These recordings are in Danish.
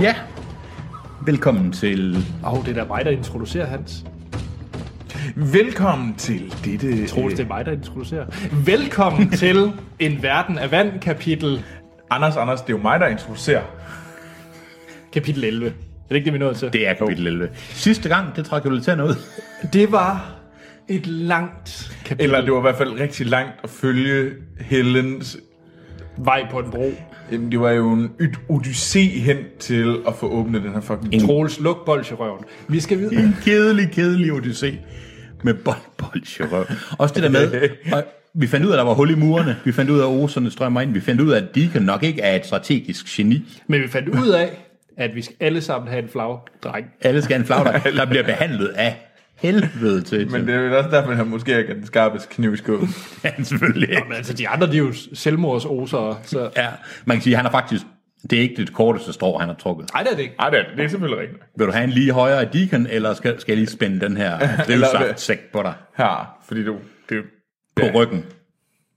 Ja, velkommen til... Åh, oh, det er da mig, der introducerer Hans. Velkommen til dette... Troels, det er mig, der introducerer. Velkommen til En Verden af Vand, kapitel, Anders, Anders, det er jo mig, der introducerer. kapitel 11. Er det ikke det, vi nåede til? Det er kapitel 11. Sidste gang, det trak jo lidt tænder ud. det var et langt kapitel. Eller det var i hvert fald rigtig langt at følge Helens Vej på en bro. Jamen, det var jo en yt odyssé hen til at få åbnet den her fucking En- tro. Troels, luk bolsjerøven. Vi skal videre. En kedelig, kedelig odyssé. Med bold, bolcherøv. Også det der med... Og vi fandt ud af, at der var hul i murene. Vi fandt ud af, at oserne strømmer ind. Vi fandt ud af, at Deacon nok ikke er et strategisk geni. Men vi fandt ud af, at vi skal alle sammen have en flagdreng. Alle skal have en flagdag, der bliver behandlet af helvede til. Men det er vel også derfor, at han måske ikke er den skarpeste kniv i skuffen. han selvfølgelig ikke. Men altså, de andre, de er jo selvmordsoser, så... Ja, man kan sige, at han er faktisk... Det er ikke det korteste strå, han har trukket. Nej, det er det ikke. Ej, det er, det er selvfølgelig rigtigt. Vil du have en lige højere af Deacon, eller skal, skal jeg lige spænde den her drivsaftsæk på dig? Her, fordi du... Det er På ryggen.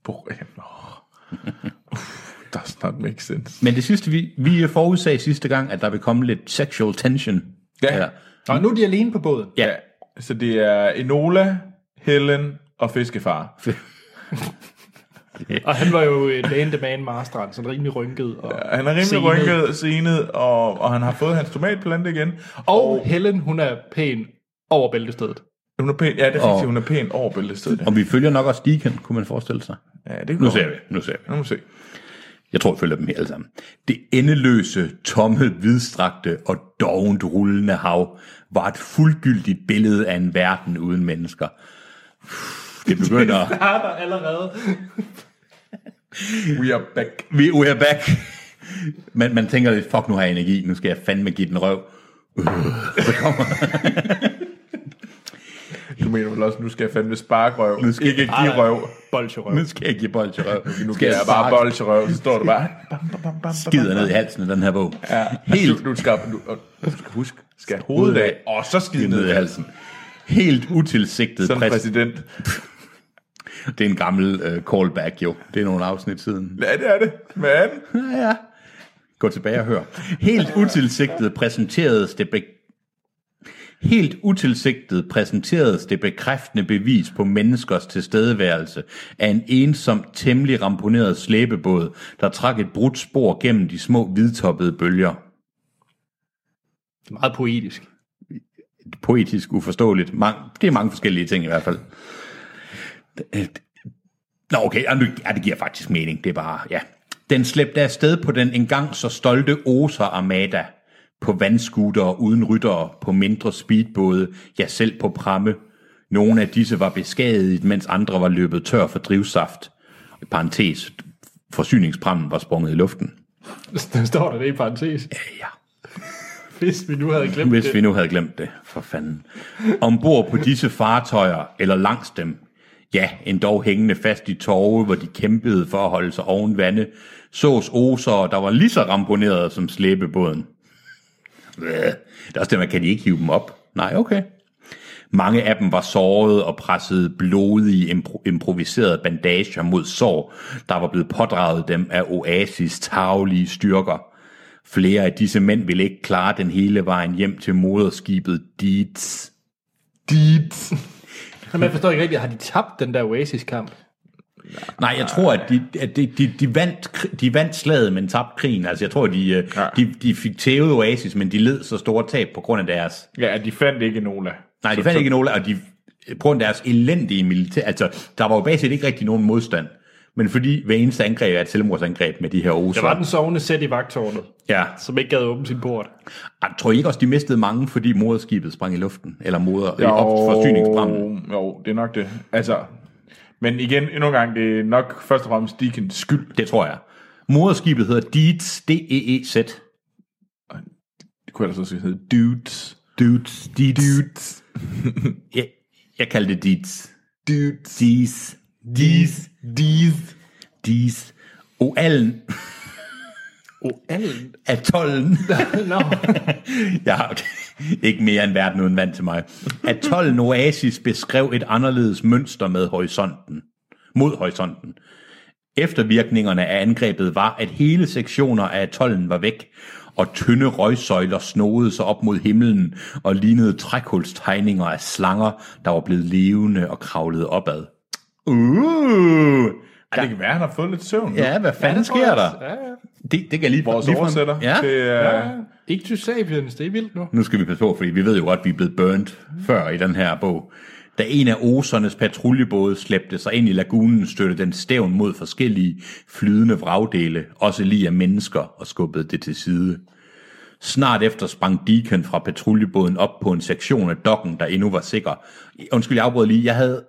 på, jamen, åh. Uff, Does not make sense. Men det sidste, vi, vi forudsagde sidste gang, at der vil komme lidt sexual tension. Ja. Eller- Og nu er de alene på båden. ja. Ja. Så det er Enola, Helen og Fiskefar. Og han var jo øh, man man marstrand, sådan rimelig rynket. Og, Og Han er rimelig Senet. rynket, senet, og, og han har fået hans tomatplante igen. og Helen, hun er pæn over bæltestedet. Hun er pæn, ja, det er Og- rigtigt, hun er pæn over bæltestedet. Og vi følger nok også Deacon, kunne man forestille sig. Ja, det Nu ser vi, nu ser vi. Nu må vi se. Jeg tror, jeg følger dem her alle sammen. Det endeløse, tomme, vidstrakte og dovent rullende hav var et fuldgyldigt billede af en verden uden mennesker. Det begynder... Har der allerede. We are back. Vi we are back. Man, man tænker lidt, fuck, nu har jeg energi, nu skal jeg fandme give den røv. Du mener vel også, nu skal jeg fandme sparke røv. Nu skal- Ikke give røv. Bolsjerøv. Nu skal jeg give bold til røv. Nu skal jeg bare bolcherøv, så står du bare... skider ned i halsen af den her bog. Ja. Helt Du, du, skal, du, og du skal huske, skal hovedet af, og så skide ned i halsen. Helt utilsigtet. Sådan en Præs- præsident. det er en gammel uh, callback jo. Det er nogle afsnit siden. Ja, det er det. Men Ja, ja. Gå tilbage og hør. Helt utilsigtet præsenteredes det be- Helt utilsigtet præsenteredes det bekræftende bevis på menneskers tilstedeværelse af en ensom, temmelig ramponeret slæbebåd, der trak et brudt spor gennem de små, hvidtoppede bølger. Det er meget poetisk. poetisk, uforståeligt. Mange, det er mange forskellige ting i hvert fald. Nå, okay, jamen, det- ja, det giver faktisk mening. Det er bare, ja. Den slæbte afsted på den engang så stolte Oser Armada, på vandskutere uden ryttere, på mindre speedbåde, ja selv på pramme. Nogle af disse var beskadiget, mens andre var løbet tør for drivsaft. I parentes, forsyningsprammen var sprunget i luften. Der står der det i parentes. Ja. Hvis vi nu havde glemt Hvis det. vi nu havde glemt det, for fanden. Ombord på disse fartøjer, eller langs dem, ja, endda hængende fast i torve, hvor de kæmpede for at holde sig oven vande, sås oser, der var lige så ramponerede som slæbebåden. Øh, Det er også det, man kan de ikke hive dem op. Nej, okay. Mange af dem var såret og pressede blodige impro- improviserede bandager mod sår, der var blevet pådraget dem af Oasis taglige styrker. Flere af disse mænd ville ikke klare den hele vejen hjem til moderskibet Deeds. dit. Jamen, jeg forstår ikke rigtigt, har de tabt den der Oasis-kamp? Nej, jeg tror, at de, at de, de, de, vandt, kr- de vandt slaget, men tabte krigen. Altså, jeg tror, de, øh, Ja. de, de fik tævet Oasis, men de led så store tab på grund af deres... Ja, de fandt ikke Nola. Nej, de fandt ikke nogen, og de, på grund af deres elendige militær... Altså, der var jo basalt ikke rigtig nogen modstand. Men fordi hver eneste angreb er et selvmordsangreb med de her oser. Der var den sovende sæt i vagtårnet, Ja. som ikke gad åbne sin port. Ej, Tror I ikke også, de mistede mange, fordi moderskibet sprang i luften? Eller moder... Jo. Op forsyningsbrammen? Jo, det er nok det. Altså, men igen, endnu en gang, det er nok først og fremmest Deacons skyld. Det tror jeg. Moderskibet hedder Deeds, E D-E-E-Z. Det kunne jeg ellers også hedde Dudes. Dudes, Deeds. Dudes. jeg, jeg kalder det Deeds. Dudes. Deeds. Deeds. Deeds. Deeds. Oalen. Oalen? Atollen. Nå, Jeg har ikke mere end verden uden vand til mig. Atollen Oasis beskrev et anderledes mønster med horisonten. Mod horisonten. Eftervirkningerne af angrebet var, at hele sektioner af atollen var væk, og tynde røgsøjler snoede sig op mod himlen og lignede trækulstegninger af slanger, der var blevet levende og kravlede opad. Uh! Ja. Det kan være, han har fået lidt søvn. Ja, hvad fanden ja, sker der? Ja, ja. Det, det kan jeg lige... Vores lige frem- oversætter. Ja. Det er, Ikke til Sapiens, det er vildt nu. Nu skal vi passe på, fordi vi ved jo godt, at vi er blevet burnt før i den her bog. Da en af osernes patruljebåde slæbte sig ind i lagunen, støttede den stævn mod forskellige flydende vragdele, også lige af mennesker, og skubbede det til side. Snart efter sprang Deacon fra patruljebåden op på en sektion af dokken, der endnu var sikker. Undskyld, jeg afbrød lige. Jeg havde...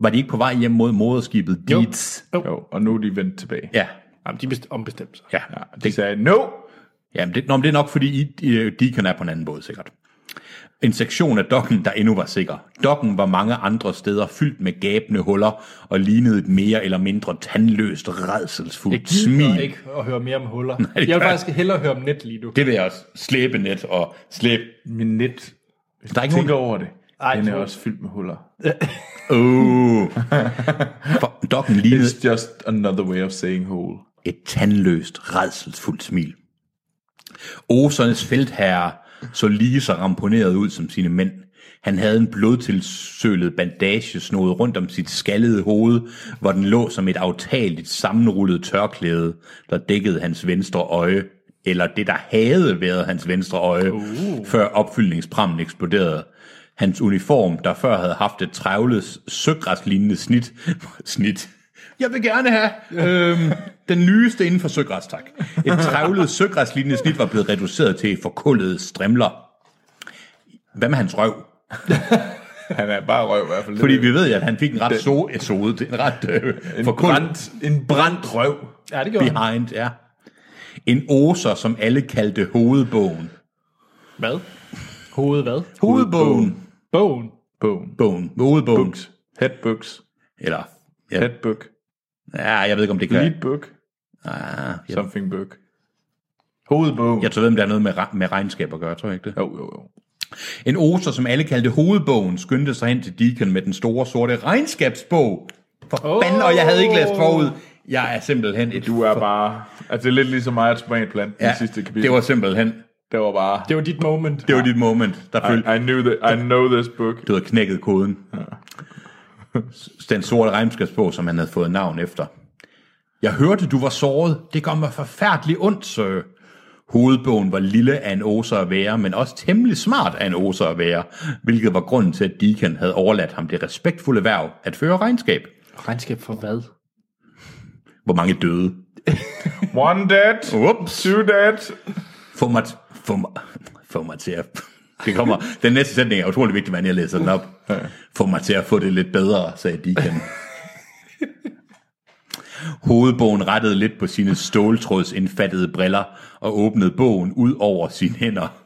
Var de ikke på vej hjem mod moderskibet Deeds? ja. Jo, og nu er de vendt tilbage. Ja. Jamen, de best- ombestemte sig. Ja. ja de det... sagde, no! Jamen, det, nå, men det er nok, fordi I, I, Deacon er på en anden båd, sikkert. En sektion af dokken, der endnu var sikker. Dokken var mange andre steder fyldt med gabende huller og lignede et mere eller mindre tandløst, redselsfuldt Jeg gider smil. ikke at høre mere om huller. Jeg vil faktisk hellere høre om net lige nu. Det vil jeg også slæbe net og slæbe... Min net. Der er ikke Tænk nogen... over det. Ej, Ej, den er tror- også fyldt med huller. Oh. For, dokken lignede It's just another way of saying hole. et tandløst, redselsfuldt smil. Osernes feltherre så lige så ramponeret ud som sine mænd. Han havde en blodtilsølet bandage snoet rundt om sit skallede hoved, hvor den lå som et aftageligt sammenrullet tørklæde, der dækkede hans venstre øje, eller det, der havde været hans venstre øje, uh. før opfyldningsprammen eksploderede. Hans uniform, der før havde haft et trævlet, søgræslignende snit, snit, jeg vil gerne have øhm, den nyeste inden for søgræs, tak. Et trævlet søgræslignende snit var blevet reduceret til forkullede strimler. Hvad med hans røv? Han er bare røv i hvert fald. Fordi vi ved, at han fik en ret so eh, soet, det er en ret øh, forkullet brændt, en brændt røv. Ja, det gjorde han. behind, ja. En oser, som alle kaldte hovedbogen. Hvad? Hovedet hvad? Hovedbogen. Bogen. Bogen. Bogen. Hovedbogen. Books. Headbooks. Eller, ja, Headbook. ja, jeg ved ikke, om det kan være. Leadbook. Ah, jeg, Something book. Hovedbogen. jeg tror, om der er noget med, re- med regnskab at gøre, tror jeg ikke det? Jo, jo, jo. En oser, som alle kaldte hovedbogen, skyndte sig hen til Deacon med den store sorte regnskabsbog. For fanden, og jeg havde ikke læst forud. Jeg er simpelthen et... Du er bare... Altså, det er lidt ligesom mig at springe et plan ja, ja, den sidste kapitel. det var simpelthen... det var bare... Det var dit moment. Det var dit moment, der følte, I, I, knew that, I know this book. du havde knækket koden. Den sorte regnskabsbog, som han havde fået navn efter. Jeg hørte, du var såret. Det gør mig forfærdeligt ondt, sir. Hovedbogen var lille af en oser at være, men også temmelig smart af en oser at være, hvilket var grunden til, at Deacon havde overladt ham det respektfulde værv at føre regnskab. Regnskab for hvad? Hvor mange døde? One dead. Ups. Two dead. Få mig, t- få mig, få mig til at... Det kommer, den næste sætning er utrolig vigtig, men jeg læser den op. Få mig til at få det lidt bedre, sagde Deacon. Hovedbogen rettede lidt på sine ståltrådsindfattede briller og åbnede bogen ud over sine hænder.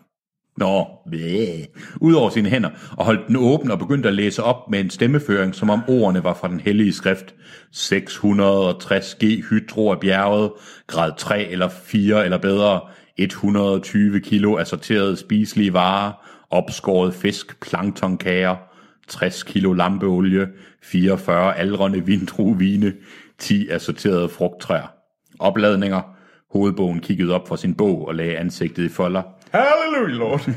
Nå, blæh. ud over sine hænder, og holdt den åben og begyndte at læse op med en stemmeføring, som om ordene var fra den hellige skrift. 660 G hydro af bjerget, grad 3 eller 4 eller bedre, 120 kilo assorterede spiselige varer, opskåret fisk, planktonkager, 60 kilo lampeolie, 44 aldrende vindruevine, 10 assorterede frugttræer. Opladninger. Hovedbogen kiggede op fra sin bog og lagde ansigtet i folder. Hallelujah, Lord.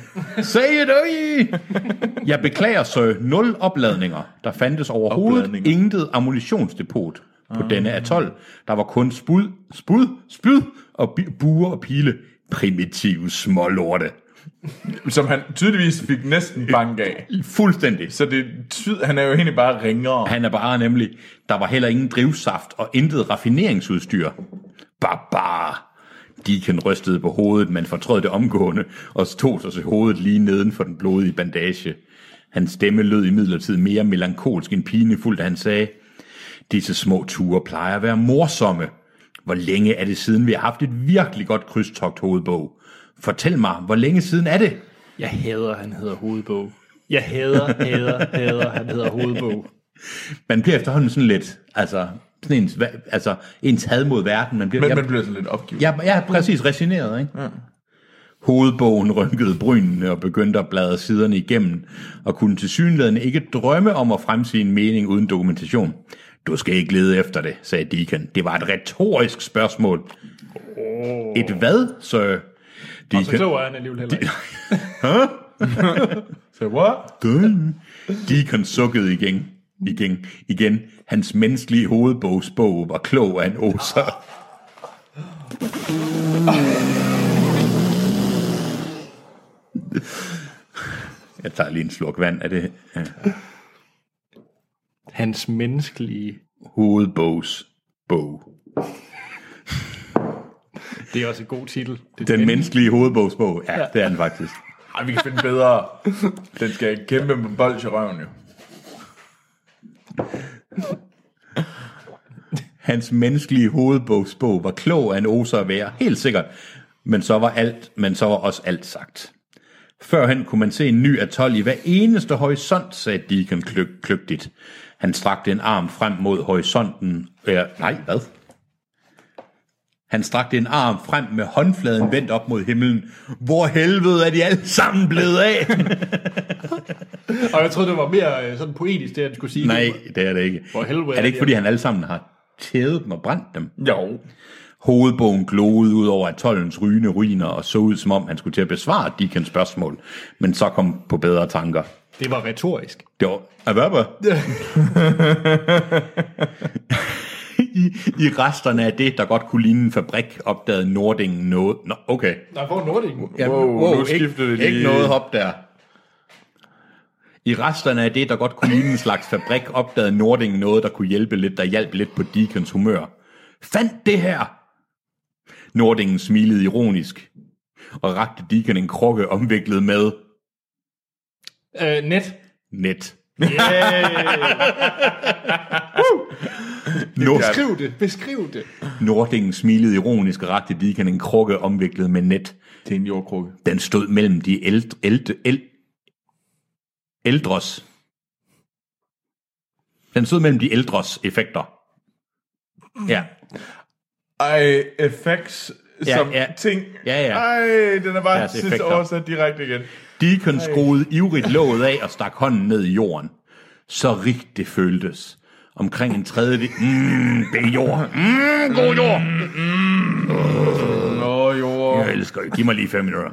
Say it, øj! Jeg beklager, sir. Nul opladninger. Der fandtes overhovedet Opladninger. intet ammunitionsdepot. på denne atol. Der var kun spud, spud, spyd og bi- buer og pile. Primitive smålorte. Som han tydeligvis fik næsten bank af. Fuldstændig. Så det tyder, han er jo egentlig bare ringere. Han er bare nemlig, der var heller ingen drivsaft og intet raffineringsudstyr. Barbar. Deacon rystede på hovedet, men fortrød det omgående, og tog sig til hovedet lige neden for den blodige bandage. Hans stemme lød imidlertid mere melankolsk end pinefuld, da han sagde, Disse små ture plejer at være morsomme. Hvor længe er det siden, vi har haft et virkelig godt krydstogt hovedbog? Fortæl mig, hvor længe siden er det? Jeg hader, han hedder hovedbog. Jeg hader, hader, hader, han hedder hovedbog. Man bliver efterhånden sådan lidt, altså, sådan ens, hva- altså, ens had mod verden. Man bliver, Men jeg- man bliver sådan lidt opgivet. Ja, ja præcis, resigneret, ikke? Ja. Hovedbogen rynkede brynene og begyndte at bladre siderne igennem, og kunne til synligheden ikke drømme om at fremsige en mening uden dokumentation. Du skal ikke lede efter det, sagde Deacon. Det var et retorisk spørgsmål. Oh. Et hvad, så? Så klog er han alligevel heller ikke. Så what? Døden. Deacon sukkede igen, igen, igen. Hans menneskelige hovedbogsbog var klog af en åser. Jeg tager lige en slurk vand af det øh, her. Hans menneskelige. hovedbogsbog. Det er også en god titel. Det Den menneskelige hovedbogsbog. Ja, det er den faktisk. Ej, vi kan finde bedre. Den skal kæmpe med bold til røven, jo. Hans menneskelige hovedbogsbog var klog af en oser at være, helt sikkert. Men så var alt, men så var også alt sagt. Førhen kunne man se en ny atol i hver eneste horisont, sagde Deacon kløg, kløgtigt. Han strakte en arm frem mod horisonten. Øh, nej, hvad? Han strakte en arm frem med håndfladen vendt op mod himlen. Hvor helvede er de alle sammen blevet af? Og jeg troede, det var mere øh, sådan poetisk, det han skulle sige. nej, det er det ikke. Hvor helvede er er det de ikke, fordi han alle sammen har tædet dem og brændt dem? Jo. Hovedbogen gloede ud over atollens rygende ruiner og så ud, som om han skulle til at besvare Deacons spørgsmål, men så kom på bedre tanker. Det var retorisk. Det var Averba. I, I resterne af det, der godt kunne ligne en fabrik, opdagede Nordingen noget. Nå, okay. Nej, hvor er Nordingen? Jamen, Wow, nu ikke, skiftede det lige. ikke noget hop der. I resterne af det, der godt kunne ligne en slags fabrik, opdagede Nordingen noget, der kunne hjælpe lidt, der hjalp lidt på Deacons humør. Fandt det her! Nordingen smilede ironisk og rakte Deacon en krukke omviklet med Øh, net. net. Yeah. Nord- Beskriv det, beskriv det. Nordingen smilede ironisk og rakte Deacon en krukke omviklet med net. Det er en jordkrukke. Den stod mellem de ældre, ældre, ældre, ældres. Den stod mellem de ældres effekter. Ja. Ej, effects Ja, ja, som ja. ja. ting. Ja, ja. Ej, den er bare Deres sidst effekter. oversat direkte igen. Deacon skruede ivrigt låget af og stak hånden ned i jorden. Så rigtigt det føltes. Omkring en tredjedel. Mm, det er jord. Mm, god jord. Nå, jo. Jeg elsker det. Giv mig lige fem minutter.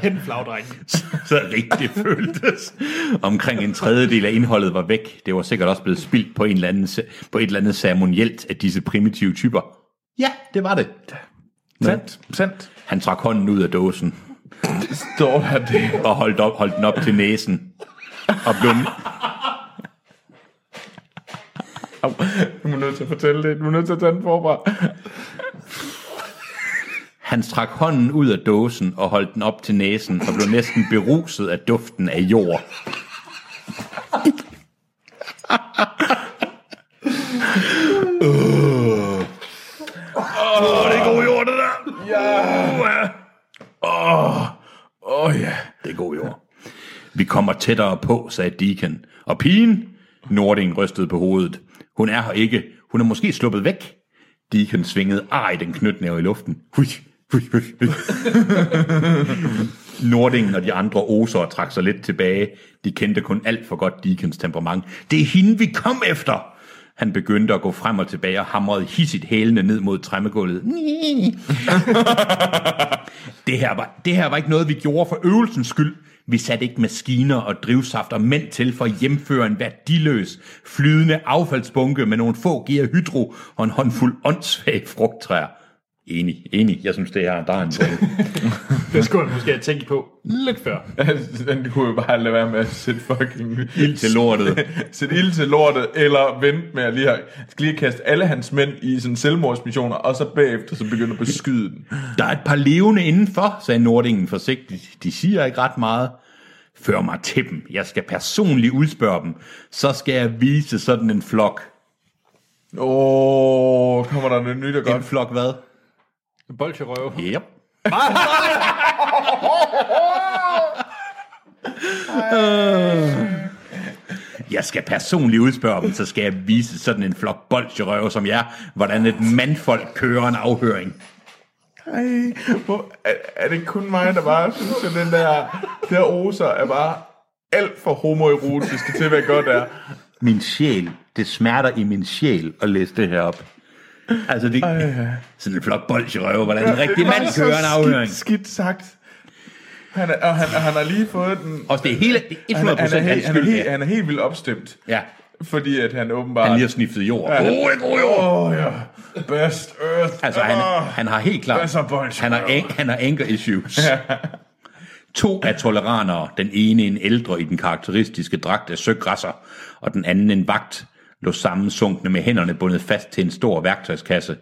Hent flagdrengen. så rigtig føltes. Omkring en tredjedel af indholdet var væk. Det var sikkert også blevet spildt på, en eller anden, ce- på et eller andet ceremonielt af disse primitive typer. Ja, det var det. Sandt, sandt. Han trak hånden ud af dåsen Står der det? og holdt, op, holdt den op til næsen. Og blev, Au, Du er nødt til at fortælle det. Du er nødt til at tage den forfra. han trak hånden ud af dåsen og holdt den op til næsen og blev næsten beruset af duften af jord. Åh oh, ja. Det er god jord. Vi kommer tættere på, sagde Deacon. Og pigen? Nording rystede på hovedet. Hun er her ikke. Hun er måske sluppet væk. Deacon svingede ej den knytnæve i luften. Hui, hui, hui, hui. Nordingen og de andre oser trak sig lidt tilbage. De kendte kun alt for godt Deacons temperament. Det er hende, vi kom efter! Han begyndte at gå frem og tilbage og hamrede hissigt hælene ned mod træmmegulvet. det, her var, det her var ikke noget, vi gjorde for øvelsens skyld. Vi satte ikke maskiner og drivsaft og mænd til for at hjemføre en værdiløs, flydende affaldsbunke med nogle få gear hydro og en håndfuld åndssvage frugttræer. Enig, enig. Jeg synes, det her, der er en pointe. Det skulle man måske have tænkt på lidt før. Altså, Den kunne jo bare lade være med at sætte fucking ild til lortet. sætte ild til lortet, eller vente med at lige, have, skal lige kaste alle hans mænd i sådan selvmordsmissioner, og så bagefter så begynde at beskyde den. Der er et par levende indenfor, sagde Nordingen forsigtigt. De siger ikke ret meget. Før mig til dem. Jeg skal personligt udspørge dem. Så skal jeg vise sådan en flok. Åh, oh, kommer der noget nyt og En godt. flok hvad? Bolcherøve. Yep. Jeg skal personligt udspørge dem, så skal jeg vise sådan en flok bolcherøve som jeg, hvordan et mandfolk kører en afhøring. Ej, hvor, er, er, det kun mig, der bare synes, at den der, der oser er bare alt for homoerotisk til, hvad godt er. Min sjæl, det smerter i min sjæl at læse det her op. Altså, det, sådan en flok bolcherøve, hvordan en rigtig var mand så kører en afhøring. Skidt, skidt sagt. Han er, og han, og han har lige fået den... Og det er hele, det er Han, 100% er- han, er, hans helt, han, er skyld. helt, ja. han er helt vildt opstemt. Ja, Fordi at han åbenbart... han lige har sniftet jord. Åh, oh, et røv. Åh oh, ja, best earth Ah. Altså, han, ever. han har helt klart... Hvad så, boys? Han har, an- han har anger issues. To af toleranere, den ene en ældre i den karakteristiske dragt af søgræsser, og den anden en vagt, lå sammensunkne med hænderne bundet fast til en stor værktøjskasse.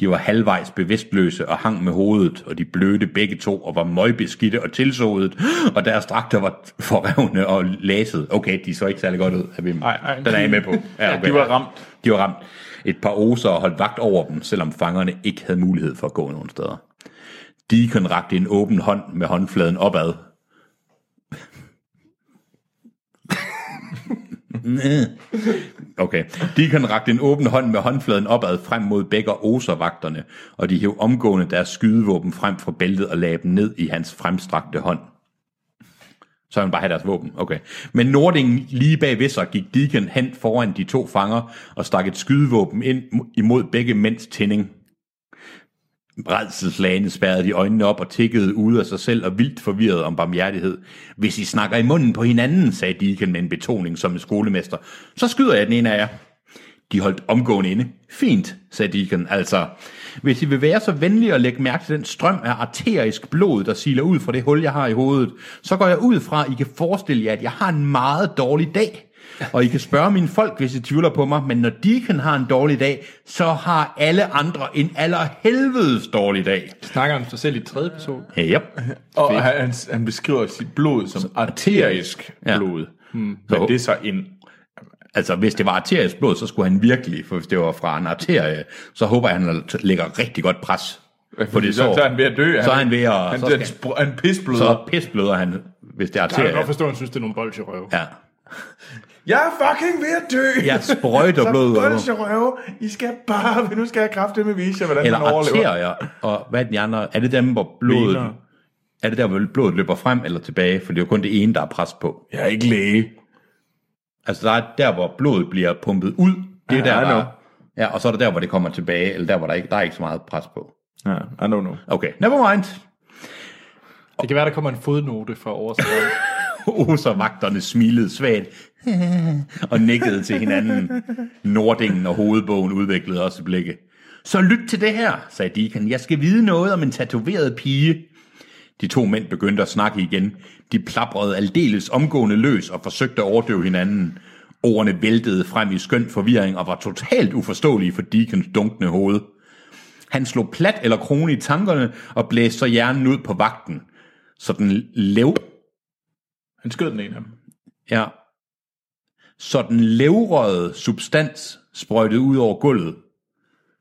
De var halvvejs bevidstløse og hang med hovedet, og de blødte begge to og var møgbeskidte og tilsået, og deres dragter var forrevne og læset. Okay, de så ikke særlig godt ud, er vi Nej, nej. Den er jeg med på. Ja, okay. de var ramt. De var ramt. Et par oser holdt vagt over dem, selvom fangerne ikke havde mulighed for at gå nogen steder. Deacon rakte en åben hånd med håndfladen opad. Næh. okay. Deacon rakte en åben hånd med håndfladen opad frem mod begge oservagterne, og de hæv omgående deres skydevåben frem fra bæltet og lagde dem ned i hans fremstrakte hånd. Så han bare have deres våben, okay. Men Nordingen lige bag ved sig gik Deacon hen foran de to fanger og stak et skydevåben ind imod begge mænds tænding. Redselslagene spærrede de øjnene op og tikkede ude af sig selv og vildt forvirret om barmhjertighed. Hvis I snakker i munden på hinanden, sagde Deacon med en betoning som en skolemester, så skyder jeg den ene af jer. De holdt omgående inde. Fint, sagde Deacon. Altså, hvis I vil være så venlige at lægge mærke til den strøm af arterisk blod, der siler ud fra det hul, jeg har i hovedet, så går jeg ud fra, at I kan forestille jer, at jeg har en meget dårlig dag. Og I kan spørge mine folk, hvis I tvivler på mig, men når Deacon har en dårlig dag, så har alle andre en allerhelvedes dårlig dag. Snakker om sig selv i tredje person. Yep. Og han, han- han beskriver sit blod Altså, som arterisk Ja. blod. Mm. Så- Men det er så en... Altså, hvis det var arterisk blod, så skulle han virkelig, for hvis det var fra en arterie, så håber jeg, at han lægger rigtig godt pres på det så, sår. så er han ved at dø. Så er han ved at... Han, så han, skal, spr- han pisbløder. så pisbløder han, hvis det er Jeg kan godt arterier. forstå, at han synes, det er nogle bolcherøve. Ja. Jeg er fucking ved at dø! Jeg sprøjter blod ud. af Så røve, I skal bare... Nu skal jeg kraftigt med vise jer, hvordan Eller han overlever. arterier, og hvad er de andre? Er det dem, hvor blodet... Vener. Er det der, hvor blodet løber frem eller tilbage? For det er jo kun det ene, der er pres på. Jeg er ikke læge. Altså, der er der, hvor blodet bliver pumpet ud. Det er Ja, der, I der know. er. Ja, og så er der der, hvor det kommer tilbage, eller der, hvor der ikke, der er ikke så meget pres på. Ja, I don't know. Okay, never mind. Det kan være, der kommer en fodnote fra overskriften. Oservagterne smilede svagt og nikkede til hinanden. Nordingen og hovedbogen udviklede også blikke. Så lyt til det her, sagde Deacon. Jeg skal vide noget om en tatoveret pige. De to mænd begyndte at snakke igen. De plaprede aldeles omgående løs og forsøgte at overdøve hinanden. Ordene væltede frem i skøn forvirring og var totalt uforståelige for Deacons dunkende hoved. Han slog plat eller krone i tankerne og blæste så hjernen ud på vagten. Så den lev Han skød den ene af dem. Ja. Så den levrede substans sprøjtede ud over gulvet,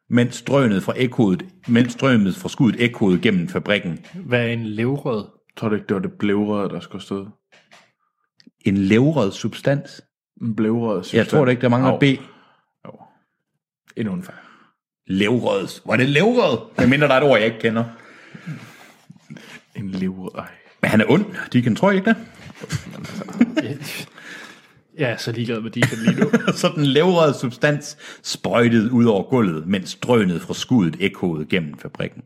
mens strønet fra, ekkoet, mens strømmet fra skuddet ekkoede gennem fabrikken. Hvad er en levrød? Tror du ikke, det var det blævrede, der skulle stå? En levret substans? En blævrede Jeg tror da ikke, der mangler B. Endnu en fejl. Levrød. Var det levrød? Jeg mindre, der er et ord, jeg ikke kender. En levrede. Ej. Men han er ond. De kan tror I ikke det. Jeg er så ligeglad med Deacon lige nu. så den levrede substans sprøjtede ud over gulvet, mens drønet fra skuddet ekkoede gennem fabrikken.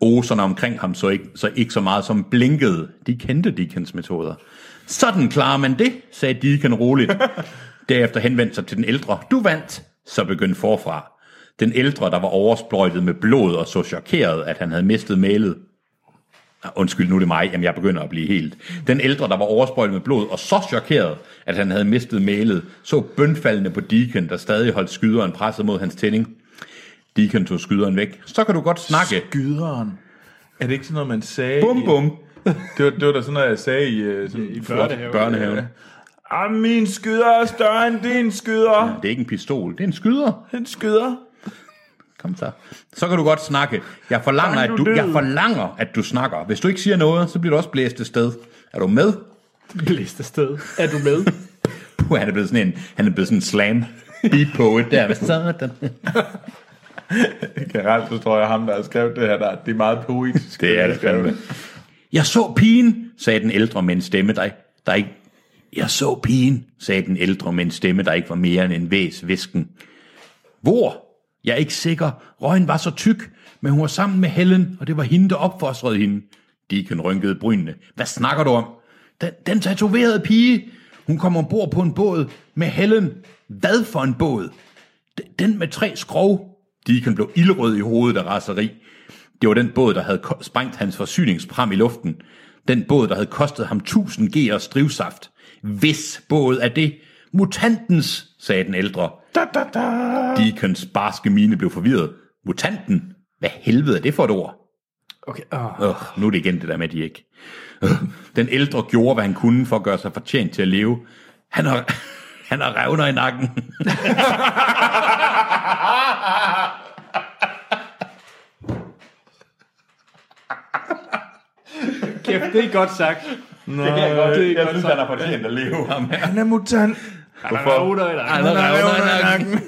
Oserne omkring ham så ikke så, ikke så meget som blinkede. De kendte Deacons metoder. Sådan klarer man det, sagde Deacon roligt. Derefter henvendte sig til den ældre. Du vandt, så begyndte forfra. Den ældre, der var oversprøjtet med blod og så chokeret, at han havde mistet mælet, Ah, Undskyld, nu er det mig. Jamen, jeg begynder at blive helt. Den ældre, der var oversprøjtet med blod og så chokeret, at han havde mistet mælet, så bønfaldende på Deacon, der stadig holdt skyderen presset mod hans tænding. Deacon tog skyderen væk. Så kan du godt snakke. Skyderen. Er det ikke sådan noget, man sagde? Bum, bum. Det var, det var da sådan noget, jeg sagde i, øh, sådan, I børnehave. Børnehaven. Ah, min skyder er større end din skyder. Det er ikke en pistol, det er en skyder. Den skyder. Kom så. Så kan du godt snakke. Jeg forlanger, at Fang nu du, jeg døden. forlanger, at du snakker. Hvis du ikke siger noget, så bliver du også blæst sted. Er du med? Blæst sted. Er du med? Puh, han er blevet sådan en, han er blevet sådan en slam beat poet der. Hvad sådan? Generelt så tror jeg, ham, der har skrevet det her, der, det er meget poetisk. Det er det fandme. Jeg så pigen, sagde den ældre med en stemme, der, der ikke... Jeg så pigen, sagde den ældre med en stemme, der ikke var mere end en væs visken. Hvor? Jeg er ikke sikker. Røgen var så tyk, men hun var sammen med Helen, og det var hende, der opfostrede hende. Deacon rynkede brynene. Hvad snakker du om? Den, den tatoverede pige. Hun kom ombord på en båd med Helen. Hvad for en båd? D- Den med tre skrog. Deacon blev ildrød i hovedet af raseri. Det var den båd, der havde ko- sprængt hans forsyningspram i luften. Den båd, der havde kostet ham 1000 G'ers drivsaft. Hvis båd er det? Mutantens, sagde den ældre. Da, da, da. Deacons barske mine blev forvirret. Mutanten? Hvad helvede er det for et ord? Okay, åh. Øh, nu er det igen det der med, at de ikke... Øh, den ældre gjorde, hvad han kunne for at gøre sig fortjent til at leve. Han har, han har revner i nakken. Kæft, det er godt sagt. Nå, det kan Øh, jeg godt. Det er godt sagt. har fortjent at leve ham her. Han er mutant. Hvorfor? Eller, Han har revner i nakken.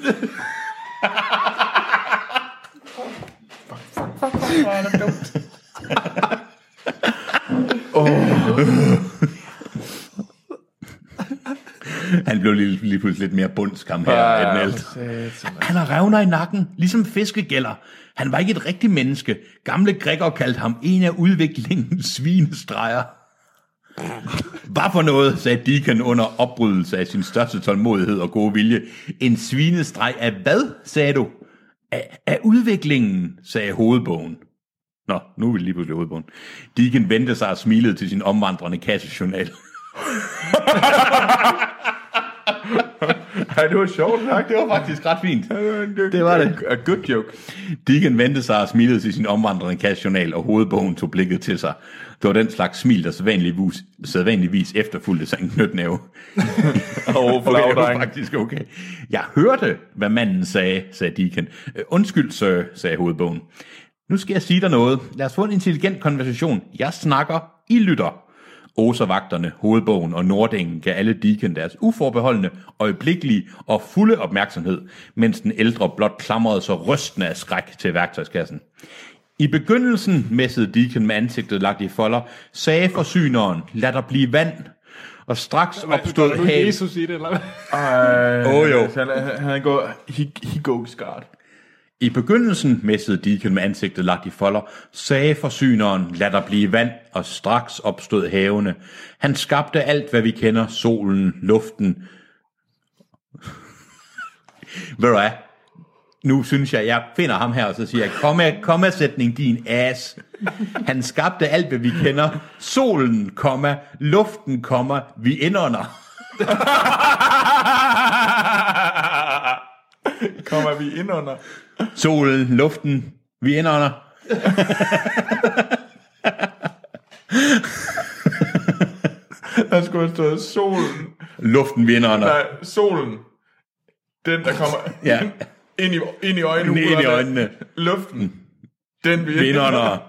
Han blev lige, lige pludselig lidt mere bundskam her af den ældre. Han har revner i nakken, ligesom fiskegælder. Han var ikke et rigtigt menneske. Gamle grækker kaldte ham en af udviklingens svinestreger. Hvad for noget, sagde Deacon under opbrydelse af sin største tålmodighed og gode vilje. En svinestreg af hvad, sagde du? Af, af udviklingen, sagde hovedbogen. Nå, nu er vi lige pludselig i hovedbogen. Deacon vendte sig og smilede til sin omvandrende kassejournal. Ej, det var sjovt nok. Det var faktisk ret fint. Det var det. A good joke. Deacon vendte sig og smilede til sin omvandrende kassejournal, og hovedbogen tog blikket til sig. Det var den slags smil, der sædvanligvis, sædvanligvis efterfulgte sig en knytnæve. Åh, Okay, det var flagdreng. faktisk okay. Jeg hørte, hvad manden sagde, sagde Deacon. Øh, Undskyld, sir, sagde hovedbogen. Nu skal jeg sige dig noget. Lad os få en intelligent konversation. Jeg snakker, I lytter. Oservagterne, hovedbogen og Nordingen gav alle Deacon deres uforbeholdende, øjeblikkelige og fulde opmærksomhed, mens den ældre blot klamrede sig rystende af skræk til værktøjskassen. I begyndelsen, messede Deacon med ansigtet lagt i folder, sagde forsyneren, lad der blive vand, og straks opstod Stod havet. Jesus i det, eller hvad? Ej, Åh, jo. altså, Han, er- han går, he, he goes guard. I begyndelsen messede Deacon med ansigtet lagt i folder, sagde forsyneren, lad der blive vand, og straks opstod havene. Han skabte alt, hvad vi kender, solen, luften. Ved du hvad? Nu synes jeg, jeg finder ham her, og så siger jeg, komma, kommasætning, din ass. Han skabte alt, hvad vi kender, solen, komma, luften, komma, vi indånder. Kommer vi ind under? Solen, luften, vi indånder. Der skulle have stået solen. Luften, vi indånder. Nej, solen. Den, der kommer Ja. ind, ind, i, ind i øjnene. Ind i øjnene. Luften. Den vi vinderne.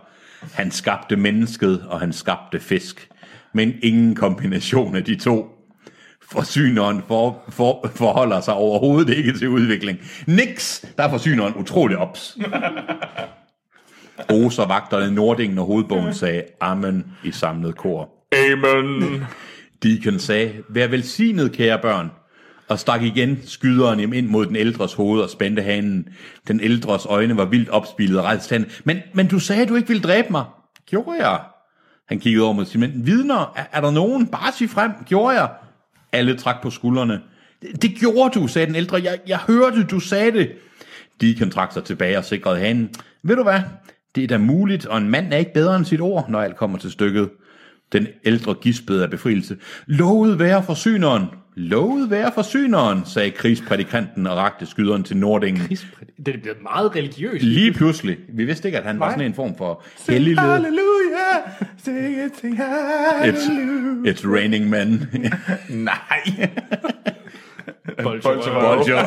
Han skabte mennesket, og han skabte fisk. Men ingen kombination af de to. Forsyneren for, for, forholder sig overhovedet ikke til udvikling. Niks! Der er forsyneren utrolig ops. Oser vagterne Nordingen og hovedbogen sagde Amen i samlet kor. Amen. Deacon sagde, vær velsignet, kære børn, og stak igen skyderen im ind mod den ældres hoved og spændte hanen. Den ældres øjne var vildt opspillet og rejste han, men, men du sagde, du ikke ville dræbe mig. Gjorde jeg? Han kiggede over mod sin mænd. Vidner, er, er der nogen? Bare sig frem. Gjorde jeg? Alle trak på skuldrene. Det, det gjorde du, sagde den ældre. Jeg, jeg hørte, du sagde det. Deacon trak sig tilbage og sikrede hanen. Ved du hvad? Det er da muligt, og en mand er ikke bedre end sit ord, når alt kommer til stykket. Den ældre gispede af befrielse. Lovet være forsyneren! Lovet være forsyneren, sagde krigsprædikanten og rakte skyderen til Nordingen. Det er blevet meget religiøst. Lige pludselig. Vi vidste ikke, at han var sådan en form for hellig led. Halleluja! Sing it, sing It's, it's raining man. Nej. Bolsjevik. Bolsjo.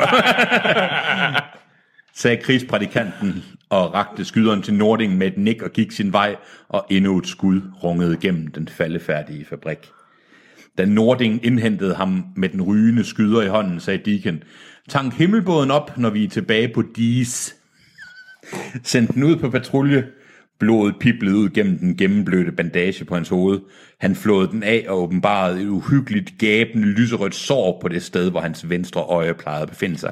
sagde krigsprædikanten og rakte skyderen til Nordingen med et nik og gik sin vej, og endnu et skud rungede gennem den faldefærdige fabrik. Da Nordingen indhentede ham med den rygende skyder i hånden, sagde Deacon, tank himmelbåden op, når vi er tilbage på dis. Send den ud på patrulje. Blodet piblede ud gennem den gennemblødte bandage på hans hoved. Han flåede den af og åbenbarede et uhyggeligt gabende lyserødt sår på det sted, hvor hans venstre øje plejede at befinde sig.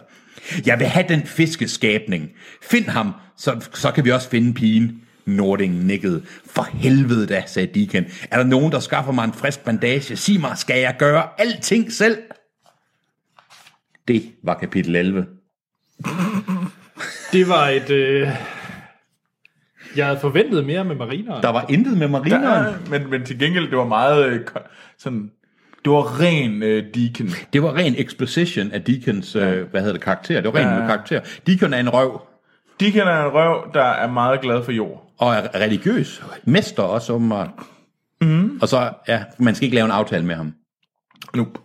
Jeg vil have den fiskeskabning. Find ham, så, så kan vi også finde pigen. Nordingen nikkede. For helvede da, sagde Deacon. Er der nogen, der skaffer mig en frisk bandage? Sig mig, skal jeg gøre alting selv? Det var kapitel 11. Det var et... Øh... Jeg havde forventet mere med marineren. Der var intet med marineren. Ja, men, men til gengæld, det var meget øh, ko- sådan... Det var ren øh, deacon. Det var ren exposition af Deacons, ja. øh, hvad hedder det, karakter. Det var ren ja. karakter. Deacon er en røv Deacon er en røv, der er meget glad for jord. og er religiøs. Mester også, åbenbart. Mm. Og så, ja, man skal ikke lave en aftale med ham. Nope.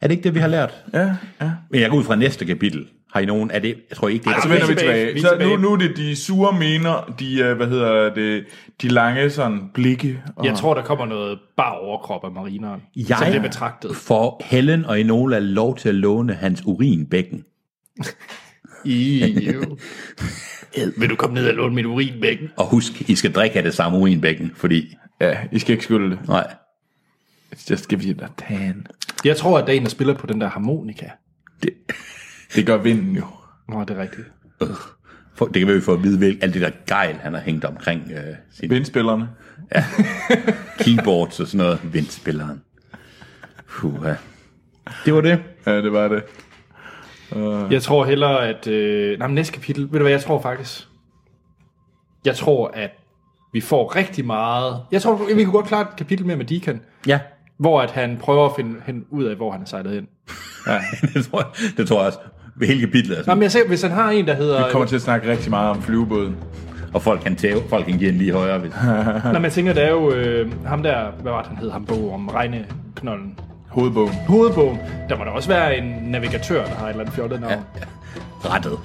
Er det ikke det, vi har lært? Ja, ja. Men jeg går ud fra næste kapitel. Har I nogen? Er det, jeg tror ikke, det er... Så vender vi tilbage. tilbage. Vi er Så nu, tilbage. nu er det de sure mener, de, øh, hvad hedder det, de lange sådan blikke. Og Jeg tror, der kommer noget bare overkrop af marineren. Som det er jeg betragtet. får Helen og Enola lov til at låne hans urinbækken. Ed, Vil du komme ned og låne mit urinbækken? Og husk, I skal drikke af det samme urinbækken, fordi... Ja, I skal ikke skylde det. Nej. It's just give you a tan. Jeg tror, at der er en, der spiller på den der harmonika. Det gør vinden jo. Nå, det er rigtigt. For, det kan vi jo få at vide, hvilket alt det der gejl, han har hængt omkring øh, sin Vindspillerne. keyboards og sådan noget. Vindspilleren. Puha. Det var det. Ja, det var det. Jeg tror hellere, at... Øh... Nej, men næste kapitel... Ved du hvad, jeg tror faktisk... Jeg tror, at vi får rigtig meget... Jeg tror, vi kunne godt klare et kapitel mere med Deacon, Ja. hvor at han prøver at finde hen ud af, hvor han er sejlet ind. Ja. det, tror jeg, det tror jeg også. Ved hele kapitlet er Nå, sådan, men jeg ser, hvis han har en, der hedder... Vi kommer til at snakke rigtig meget om flyvebåden. og folk kan tæve, folk kan give en lige højere. Hvis. Nå, men jeg tænker, der er jo øh, ham der... Hvad var det, han hed? Ham bog om regneknolden. Hovedbogen. Hovedbogen. Der må der også være en navigatør, der har et eller andet fjollet navn. Ja. Rettet.